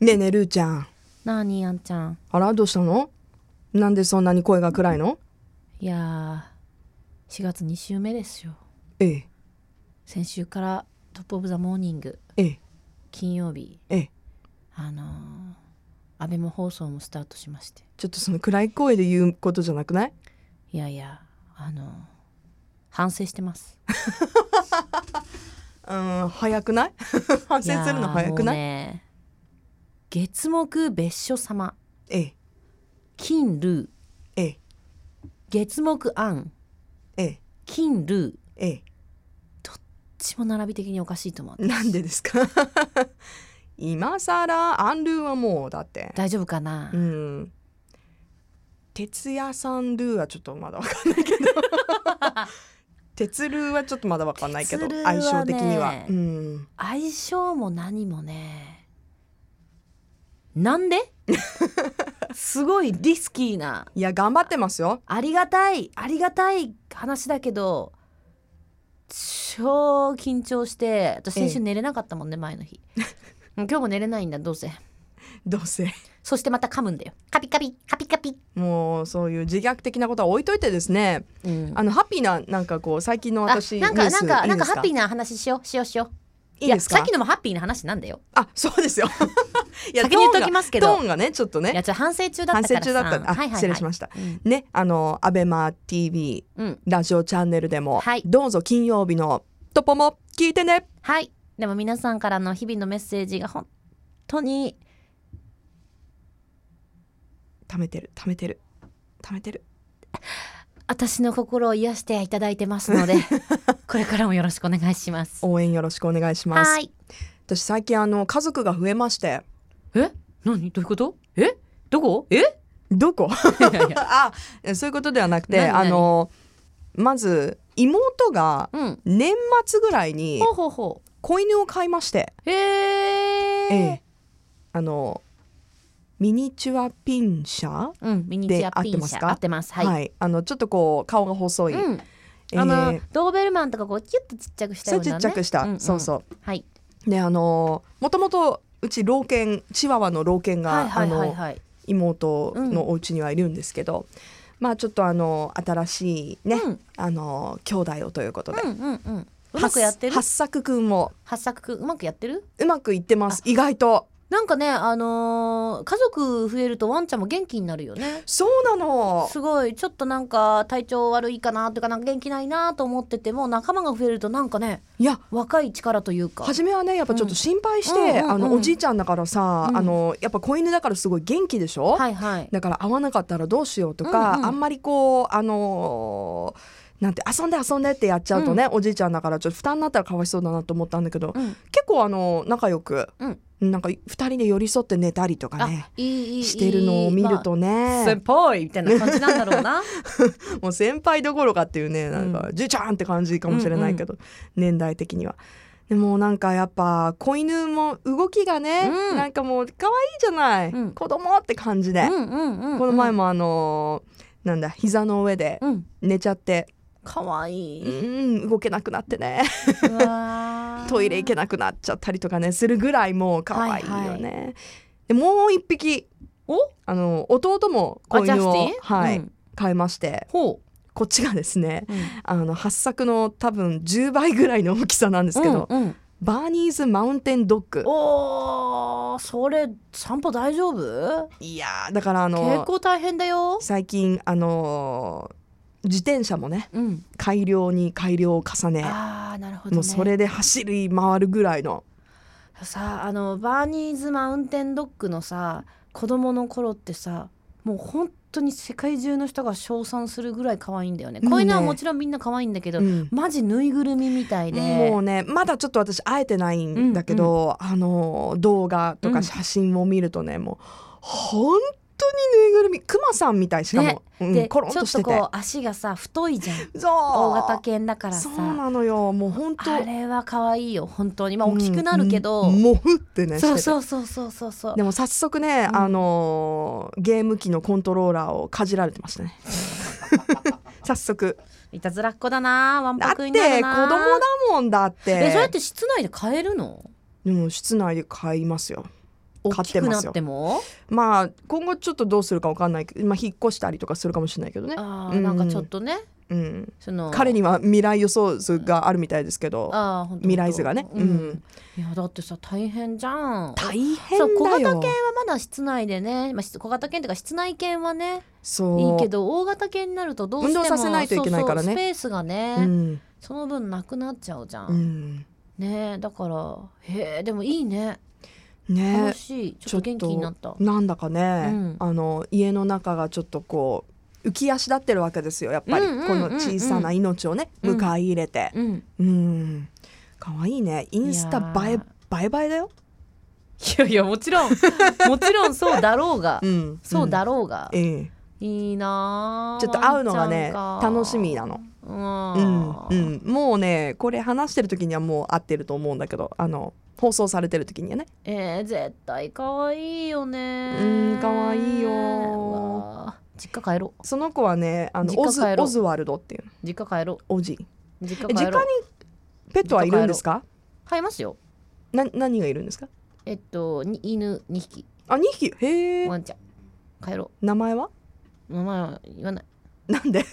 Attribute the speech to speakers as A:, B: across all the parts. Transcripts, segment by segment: A: ねえねえるーちゃん
B: なあにあんちゃん
A: あらどうしたのなんでそんなに声が暗いの
B: いやー4月2週目ですよ
A: ええ
B: 先週から「トップ・オブ・ザ・モーニング
A: ええ」
B: 金曜日
A: ええ
B: あのー、アベマ放送もスタートしまして
A: ちょっとその暗い声で言うことじゃなくない
B: いやいやあのー、反省して ます
A: うん早くない 反省するの早くない
B: やーもうね月木別所様
A: ええ
B: 金ルー
A: ええ
B: 月木アン
A: ええ
B: 金ルーどっ
A: ええ
B: ちも並び的におかしいと思って
A: なんでですか 今さらアンルーはもうだって
B: 大丈夫かな、
A: うん哲也さんルーはちょっとまだわかんない けど鉄ルーはちょっとまだわかんないけど、
B: 鉄ルーはね
A: 相性的にはうん
B: 相性も何もね なんですごいリスキーない
A: や頑張ってますよ
B: ありがたいありがたい話だけど超緊張して私
A: ええ
B: 先週寝れなかったもんね前の日もう今日も寝れないんだどうせ
A: どうせ
B: そしてまた噛むんだよカピカピカピカピ、
A: もうそういう自虐的なことは置いといてですね
B: うん
A: あのハッピーななんかこう最近の
B: あ
A: 私
B: なんか
A: ニュー
B: な
A: ス
B: んか
A: いい
B: なん
A: で
B: か
A: す
B: ハッピーな話しようしようしよう
A: いいですか
B: やさっきのもハッピーな話なんだよ
A: あそう ですよい
B: 先に言っときますけど
A: トーンがトーンがねちょっと
B: いや
A: ね
B: ちょっと反省中だっ
A: 反
B: たか
A: 省
B: らさ
A: 中だったあ、失礼しました
B: うん
A: ねあのアベマ TV
B: うん
A: ラジオチャンネルでも、
B: はい
A: どうぞ金曜日のトポも聞いてね
B: はい。でも皆さんからの日々のメッセージが本当に
A: 貯めてる貯めてる貯めてる
B: 私の心を癒していただいてます ので、これからもよろしくお願いします。
A: 応援よろしくお願いします
B: はい。
A: 私最近あの家族が増えまして
B: え？何？どういうこと？え？どこ？ え？い
A: どこ
B: やいや。
A: あそういうことではなくて
B: 何何
A: あのまず妹が
B: うん。
A: 年末ぐらいに
B: ほうほうほ
A: 子犬を飼いまして、
B: う。へえ。
A: ええあのミニチュアピンシャー
B: うん。ミニチュアピ
A: で合って
B: ン
A: ます
B: シャ
A: か
B: 合ってます。はい。
A: あのちょっとこう顔が細い、
B: うん。
A: え
B: あの、
A: ー
B: ドーベルマンとかこうキュッとちっちゃくした
A: そ
B: よ
A: う
B: う
A: ち
B: なね。
A: っちゃくした、
B: んん
A: そうそう
B: はい。
A: であのもともとうち老犬チワワの老犬が、
B: はいはいはい
A: あの
B: はい。
A: 妹のお家にはいるんですけど、まあちょっとあの新しいね、
B: うん
A: あの兄弟をということで、
B: うんうんうん。うまくやってる
A: はっ？さくくんも
B: 八作くんうまくやってる？
A: うまくいってます意外と
B: なんかね、あのー家族増えるとワンちゃんも元気になるよね。
A: そうなの
B: すごいちょっとなんか体調悪いかなとかなんか元気ないなと思ってても仲間が増えるとなんかね
A: いや
B: 若い力というか
A: 初めはねやっぱちょっと心配して、
B: うんうんうんうん
A: あのおじいちゃんだからさ、
B: うん
A: あのやっぱ子犬だからすごい元気でしょ、
B: はいはい
A: だから会わなかったらどうしようとか、
B: うんうん
A: あんまりこうあのーなんて遊んで遊んでってやっちゃうとね、おじいちゃんだからちょっと負担になったらかわいそうだなと思ったんだけど、
B: うん
A: 結構あの仲良く、
B: うん
A: なんか二人で寄り添って寝たりとか
B: あ
A: ね
B: いいいい
A: してるのを見ると
B: まあ
A: ね、
B: 先輩みたいな感じなんだろうな
A: もう先輩どころかっていうねなんか、
B: う
A: じいちゃんって感じかもしれないけど、年代的には。でもなんかやっぱ子犬も動きがね、
B: うん
A: なんかもう可愛いじゃない、
B: うん
A: 子供って感じで、
B: うんうんうんうん
A: この前もあのーなんだ膝の上で
B: うん
A: 寝ちゃって、
B: かわいい
A: うん動けなくなってね
B: うわ ー
A: トイレ行けなくなっちゃったりとかねするぐらいもう可愛いよね。でもう一匹
B: お
A: あの弟も子
B: あジャ
A: 犬
B: ス
A: を
B: ティン、
A: はい
B: うん
A: 飼いまして
B: ほ
A: こっちがですね
B: う、うん、
A: あの発作の多分10倍ぐらいの大きさなんですけど、
B: うんうん
A: バーニーズマウンテンドッグ
B: おーそれ散歩大丈夫
A: いやーだからあ
B: 結
A: の
B: 構大変だよ
A: 最近あのー自転車もね
B: うん
A: 改良に改良を重ね
B: ああなるほど、ね、
A: もうそれで走り回るぐらいの
B: さあのバーニーズマウンテンドッグのさ子供の頃ってさもう本当に世界中の人が称賛するぐらい可愛いんだよね
A: うんね
B: 子犬はもちろんみんな可愛いんだけど、
A: うん
B: マジぬいぐるみみたいで
A: もうねまだちょっと私会えてないんだけど、あの動画と
B: う
A: か
B: ん
A: 写真を見るとね、もう本当にぬいぐるみクマさんみたいしかも、う
B: で
A: ん、
B: ちょ
A: コ
B: っ
A: ロンとして
B: と
A: て
B: こう足がさ太いじゃん
A: そう
B: 大型犬だから
A: そう
B: さ
A: なのよもう本当
B: あれは可愛いよ本当にまあ大きくなるけど、
A: うんもふってね
B: そう
A: してて
B: そうそうそうそうそう
A: でも早速ね、
B: うん
A: あのーゲーム機のコントローラーをかじられてま したね早速
B: いたずらっ子だなわん
A: だ
B: ぱ
A: って子
B: くに
A: 供
B: なるな
A: だもんだって
B: えそうやって室内で飼えるの
A: でも室内で買いますよ買
B: 大
A: っ
B: き
A: て
B: く
A: ま
B: な
A: す
B: っ
A: よ
B: ても
A: まあ今後ちょっとどうするかわかんないけど、まあ、引っ越したりとかするかもしれないけどね、
B: あ
A: う
B: ー
A: ん
B: なんかちょっとね
A: うん、
B: その
A: 彼には未来予想図があるみたいですけど
B: あーほんと
A: 未来図がね、
B: ほ
A: うん
B: とうん
A: ん、
B: いやだってさ大変じゃん
A: 大変
B: そう小
A: だ
B: 型
A: よ
B: 犬はまだ室内でね、まあ、室小型犬というか室内犬はね
A: そう
B: いいけど大型犬になるとどうしても
A: 運動させないといけないからね
B: そうそうスペースがね、
A: うん
B: その分なくなっちゃうじゃん、
A: うん、
B: ねだからへえでもいいね楽
A: ね
B: しいちょっと元気になった
A: なんだかね、
B: うん
A: あの家の中がちょっとこう浮き足立ってるわけですよやっぱり、
B: うんうんうん
A: こ
B: うん
A: の小さな命をね、
B: うん
A: 迎え入れて
B: うん
A: うん可愛いねインスタ映え
B: いや
A: 映え映えだよ、
B: いやいやもち ろんもちろんそうだろうが
A: うん、
B: そうだろうが、
A: うん、ええ
B: いいなあ
A: ちょっと会うのがね
B: ワンちゃんか
A: 楽しみなの
B: うん、
A: うん、うん、もうねこれ話してる時にはもう合ってると思うんだけどあの放送されてる時にはね
B: えー、絶対可愛いよね
A: うん可愛いよ
B: うわあ実家帰ろう
A: その子はねあの
B: 実家
A: オズ
B: 帰ろう
A: オズワルドっていう
B: 実家帰ろ
A: おじい
B: うん実
A: え実
B: 家帰
A: 家
B: ろう
A: にペットはいるんですか
B: 買いますよ
A: な何がいるんですか
B: えっとに犬2匹
A: あ2匹へえ
B: ワンちゃん帰ろ
A: 名前は
B: う名前は言わない
A: なんで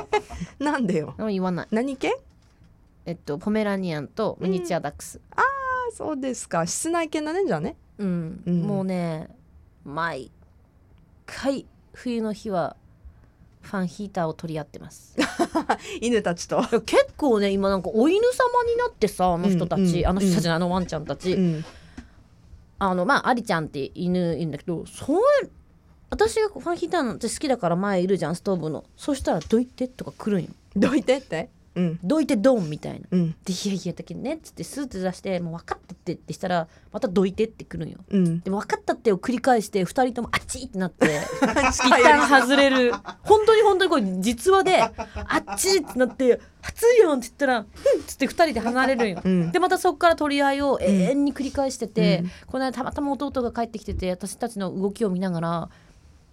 A: なんでよ
B: 名前言わない
A: 何系
B: えっとポメラニアンとミニチュアダックス
A: あそうですか室内犬だねじゃあね
B: うん、
A: うん
B: もうね毎回冬の日はファンヒーターを取り合ってます
A: 犬たちと、
B: いや結構ね今なんかお犬様になってさあの人たち、
A: うんうん
B: あの人たちのあのワンちゃんたち、
A: うん、
B: あのまあアリちゃんって犬いるんだけどそういう私がファンヒーターなんて好きだから前いるじゃんストーブのそしたら「どいて」とか来るんよ
A: どいてってうん
B: 「どいてドン」みたいな
A: うん
B: で「いやいやだけどね」っつってスーッて出して「もう分かったって」ってしたらまた「どいて」って来るんよ
A: うん
B: で分かったってを繰り返して2人ともあっちってなって一
A: 近
B: 旦外れる本当に本当にこれ実話であっちってなって「熱いよ」って言ったら「ふん」っつって2人で離れるんよ。
A: うん
B: でまたそこから取り合いを永遠に繰り返してて、この間たまたま弟が帰ってきてて私たちの動きを見ながら「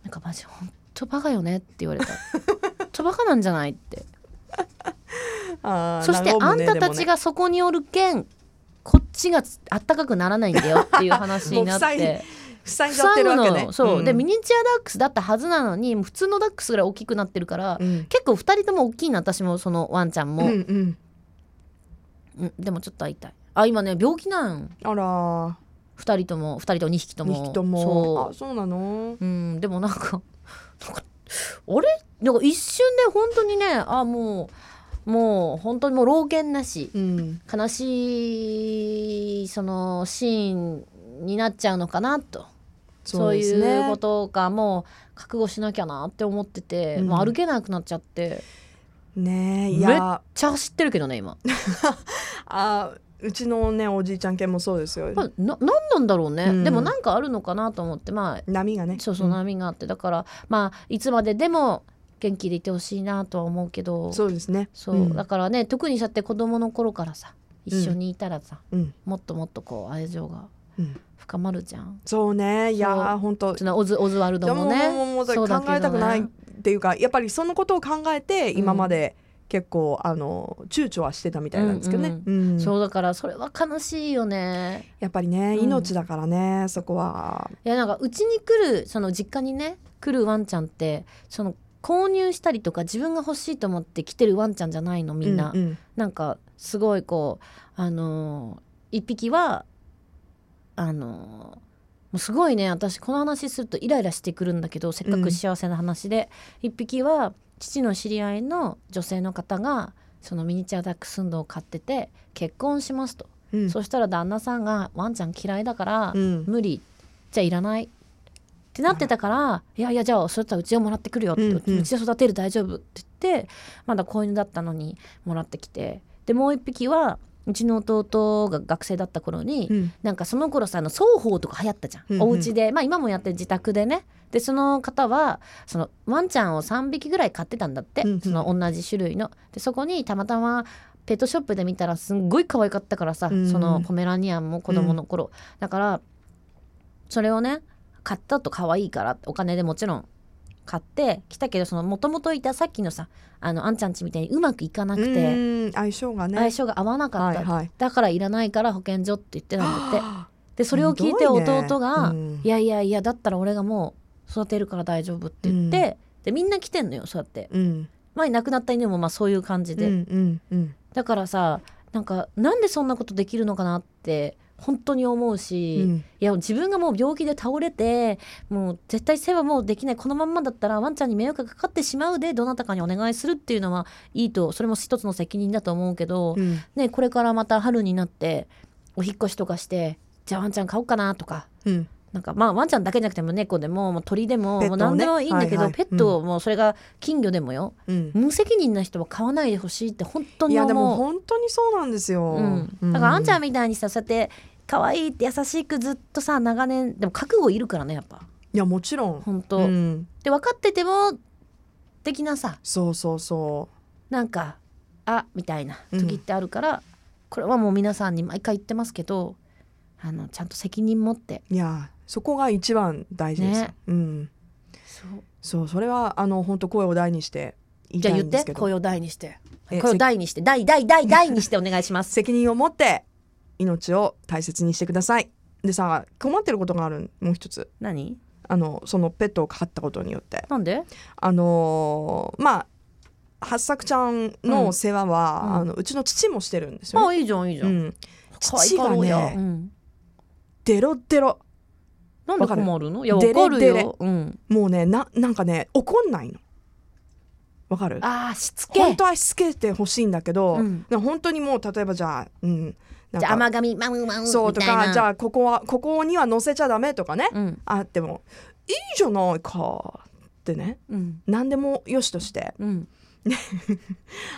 B: なんかマジほんとバカよね」って言われた「ほん とバカなんじゃない?」って
A: あー
B: そして
A: 和む
B: あん
A: ね
B: たたちがそこにおるけんこっちがあったかくならないんだよっていう話にな っ
A: もう塞い
B: て。
A: 塞いじゃって
B: 塞
A: る
B: ぐ
A: わけ
B: の
A: ね
B: よそう、でミ
A: ん
B: ニチュアダックスだったはずなのに普通のダックスぐらい大きくなってるから、
A: うん
B: 結構2人とも大きいな私もそのワンちゃん
A: う
B: も、
A: んうん
B: うんでもちょっと会いたいあ今ね病気なん
A: あら
B: 2人とも2人とも2匹と
A: 二
B: も
A: 匹ともあ
B: そ
A: そうなの
B: う、うん、でもなんかなんかあれなんか一瞬で本当にねあもうもう本当にもう老犬なし
A: うん
B: 悲しいそのシーンになっちゃうのかなとそう
A: です
B: いうことがもう覚悟しなきゃなって思ってて、
A: うん
B: もう歩けなくなっちゃってめっ
A: ねえい
B: めっ
A: や
B: ちゃ走ってるけどね今
A: あうちのねおじいちゃん犬もそうですよ、
B: な何なんだろうね、
A: うん
B: でもなんかあるのかなと思ってまあ
A: 波がね
B: そうそう波があってだからまあいつまででも元気でいてほしいなとは思うけど
A: んそうですね
B: そう
A: うん
B: だからね特にそうやって子供の頃からさ一緒にいたらさ、
A: うん
B: もっともっとこう愛情が
A: うん
B: 深まるじゃん。
A: そうねいや
B: そ
A: ー
B: う
A: 本当
B: そのオズオズワルドもね
A: でももうもうもう
B: そうだ
A: 考
B: けどね
A: えたくないっていうかやっぱりそのことを考えて
B: うん
A: 今まで結構、あの躊躇はしてたみたいなんですけどね、
B: うん
A: うん
B: そうだからそれは悲しいよね。
A: やっぱりね
B: うん
A: 命だからね、そこはい
B: やなんかうちに来るその実家にね来るワンちゃんってその購入したりとか自分が欲しいと思って来てるワンちゃんじゃないのみんな、
A: うんうん
B: なんかすごいこうあのー一匹はあのーもうすごいね私この話するとイライラしてくるんだけどせっか
A: う
B: く
A: ん
B: 幸せな話で、一匹は父の知り合いの女性の方がそのミニチュアダックスフンドを買ってて結婚しますと、
A: うん
B: そしたら旦那さんがワンちゃん嫌いだから、
A: うん
B: 無理じゃあいらないってなってたから「いやいやじゃあそれだったらうちをもらってくるよ」って
A: う
B: 「
A: んうん
B: うちで育てる大丈夫」って言ってまだ子犬だったのにもらってきてでもう一匹はうちの弟が学生だった頃に、
A: うん
B: なんかその頃さあの双方とか流行ったじゃん、
A: うんうん
B: お家でまあ今もやってる自宅でねでその方はそのワンちゃんを3匹ぐらい飼ってたんだって、
A: うんうん
B: その同じ種類のでそこにたまたまペットショップで見たらすんごい可愛かったからさ、
A: うん
B: そのポメラニアンも子供の頃、だからそれをね買ったと可愛いからお金でもちろん買ってきたけどその元々いたさっきのさあのあんちゃんちみたいにうまくいかなくて、
A: うん相性がね
B: 相性が合わなかった、
A: はいはい
B: だからいらないから保健所って言ってたんだって
A: はあ
B: でそれを聞い
A: ひ
B: て
A: どね
B: 弟が「
A: うん
B: いやいやいやだったら俺がもう育てるから大丈夫」って言って、でみんな来てんのよそうやって
A: うん
B: 前亡くなった犬もまあそういう感じで、
A: うんうんうん
B: だからさなんかなんでそんなことできるのかなって本当に思うし、
A: う
B: い
A: ん
B: や自分がもう病気で倒れてもう絶対世話もうできないこのまんまだったらワンちゃんに迷惑がかかってしまうでどなたかにお願いするっていうのはいいとそれも一つの責任だと思うけど、
A: うん
B: ね、これからまた春になってお引っ越しとかしてじゃあワンちゃん買おうかなとか
A: うん
B: なんかまあワンちゃんだけじゃなくても猫でももう鳥でも,、
A: ペットをね
B: もう何でもいいんだけ
A: は
B: ど、
A: いはい
B: ペットをもうそれが金魚でもよ、
A: うん
B: 無責任な人は買わないでほしいって本当
A: い
B: に
A: や
B: 思う
A: でも本当にそうなんですよ、
B: うん、だからあんちゃん
A: ん
B: みたいにさそうやって可愛いって優しくずっとさ長年でも覚悟いるからねやっぱ
A: いやもちろん
B: 本当、
A: うん
B: で分かってても的なさ
A: そうそうそ
B: なんかあみたいな
A: うん
B: 時ってあるから、これはもう皆さんに毎回言ってますけどあのちゃんと責任持って
A: ういやそこが一番大事です、
B: ね
A: うんそうそれはあの本当声を大にして言い
B: じ
A: た
B: ゃあ
A: い
B: 言っ
A: んです
B: て
A: けど
B: 声を大にして
A: え
B: 声を大にして大 大大大にしてお願いします
A: 責任を持って命を大切にしてくださいでさ困ってることがあるもう一つ
B: 何
A: あのそのペットを飼ったことによって
B: なんで
A: あのーまあ八作ちゃんの世話は、
B: う
A: うんあのうちの父もしてるんですよ
B: あ
A: ね、
B: いいじゃんいいじゃ、
A: うんん、
B: 可愛いかろうや
A: 父がね
B: うん、
A: デロデロ
B: なんで
A: わかる
B: 困るのいや分かるよ
A: デレデレ
B: うん、
A: もうねななんかね怒んないのわかる
B: あーしつけ
A: 本当はしつけてほしいんだけど、
B: うん
A: なんか本当にもう例えばじゃあ、うん、なん
B: じゃあ
A: か
B: 甘髪マウマウ
A: そう
B: み
A: と
B: たいな
A: かじゃあここはここには乗せちゃダメとかね、
B: うん
A: あってもいいじゃないかってね
B: うん
A: 何でもよしとして
B: うん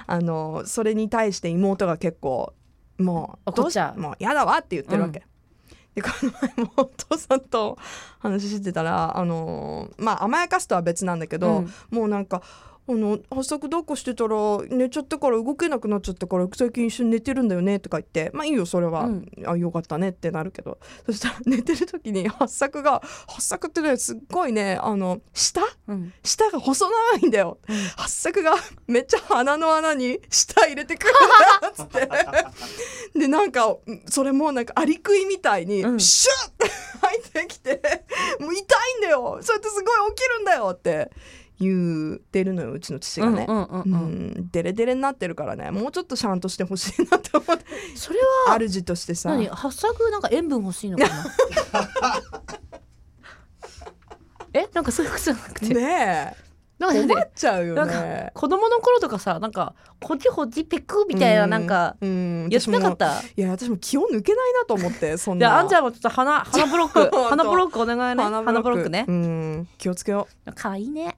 A: あのそれに対して妹が結構もう
B: 怒っちゃう
A: どしもうやだわって言ってるわけ、でこの前もお父さんと話してたらあのまあ甘やかすとは別なんだけど、
B: うん
A: もうなんかあの発作抱っこしてたら寝ちゃったから動けなくなっちゃったから最近一緒に寝てるんだよねとか言ってまあいいよそれは、
B: うん
A: あよかったねってなるけどそしたら寝てる時に発作が発作ってねすっごいねあの舌
B: うん
A: 舌が細長いんだよ八作がめっちゃ鼻の穴に舌入れてくるなっつってでなんかうんそれもうなんかアリクイみたいに
B: うん
A: シュッって入ってきてもう痛いんだよそうやってすごい起きるんだよって言ってるのようちの父がね
B: う。んうん
A: う
B: うんうん
A: ん、デレデレになってるからねもうちょっとちゃんとしてほしいなって思って
B: それは
A: 主としてさ
B: 何発作なんか塩分欲しいのか なえなんかそういうことじゃなくて、
A: ねえ
B: なんかだ
A: 困
B: って
A: っちゃう
B: な
A: よ
B: んか
A: ね。
B: 子供の頃とかさなんかこっちこっちペクみたいななんか
A: うん、うん
B: 言ってなか
A: 私
B: っ
A: も
B: た
A: いや私も気を抜けないなと思ってそん
B: じ
A: な
B: ゃああんちゃん もちょっと鼻鼻ブロッ
A: そう
B: ク
A: 本当
B: 鼻ブロックお願いね鼻ブロックね
A: うん、気をつけよ
B: 可愛いね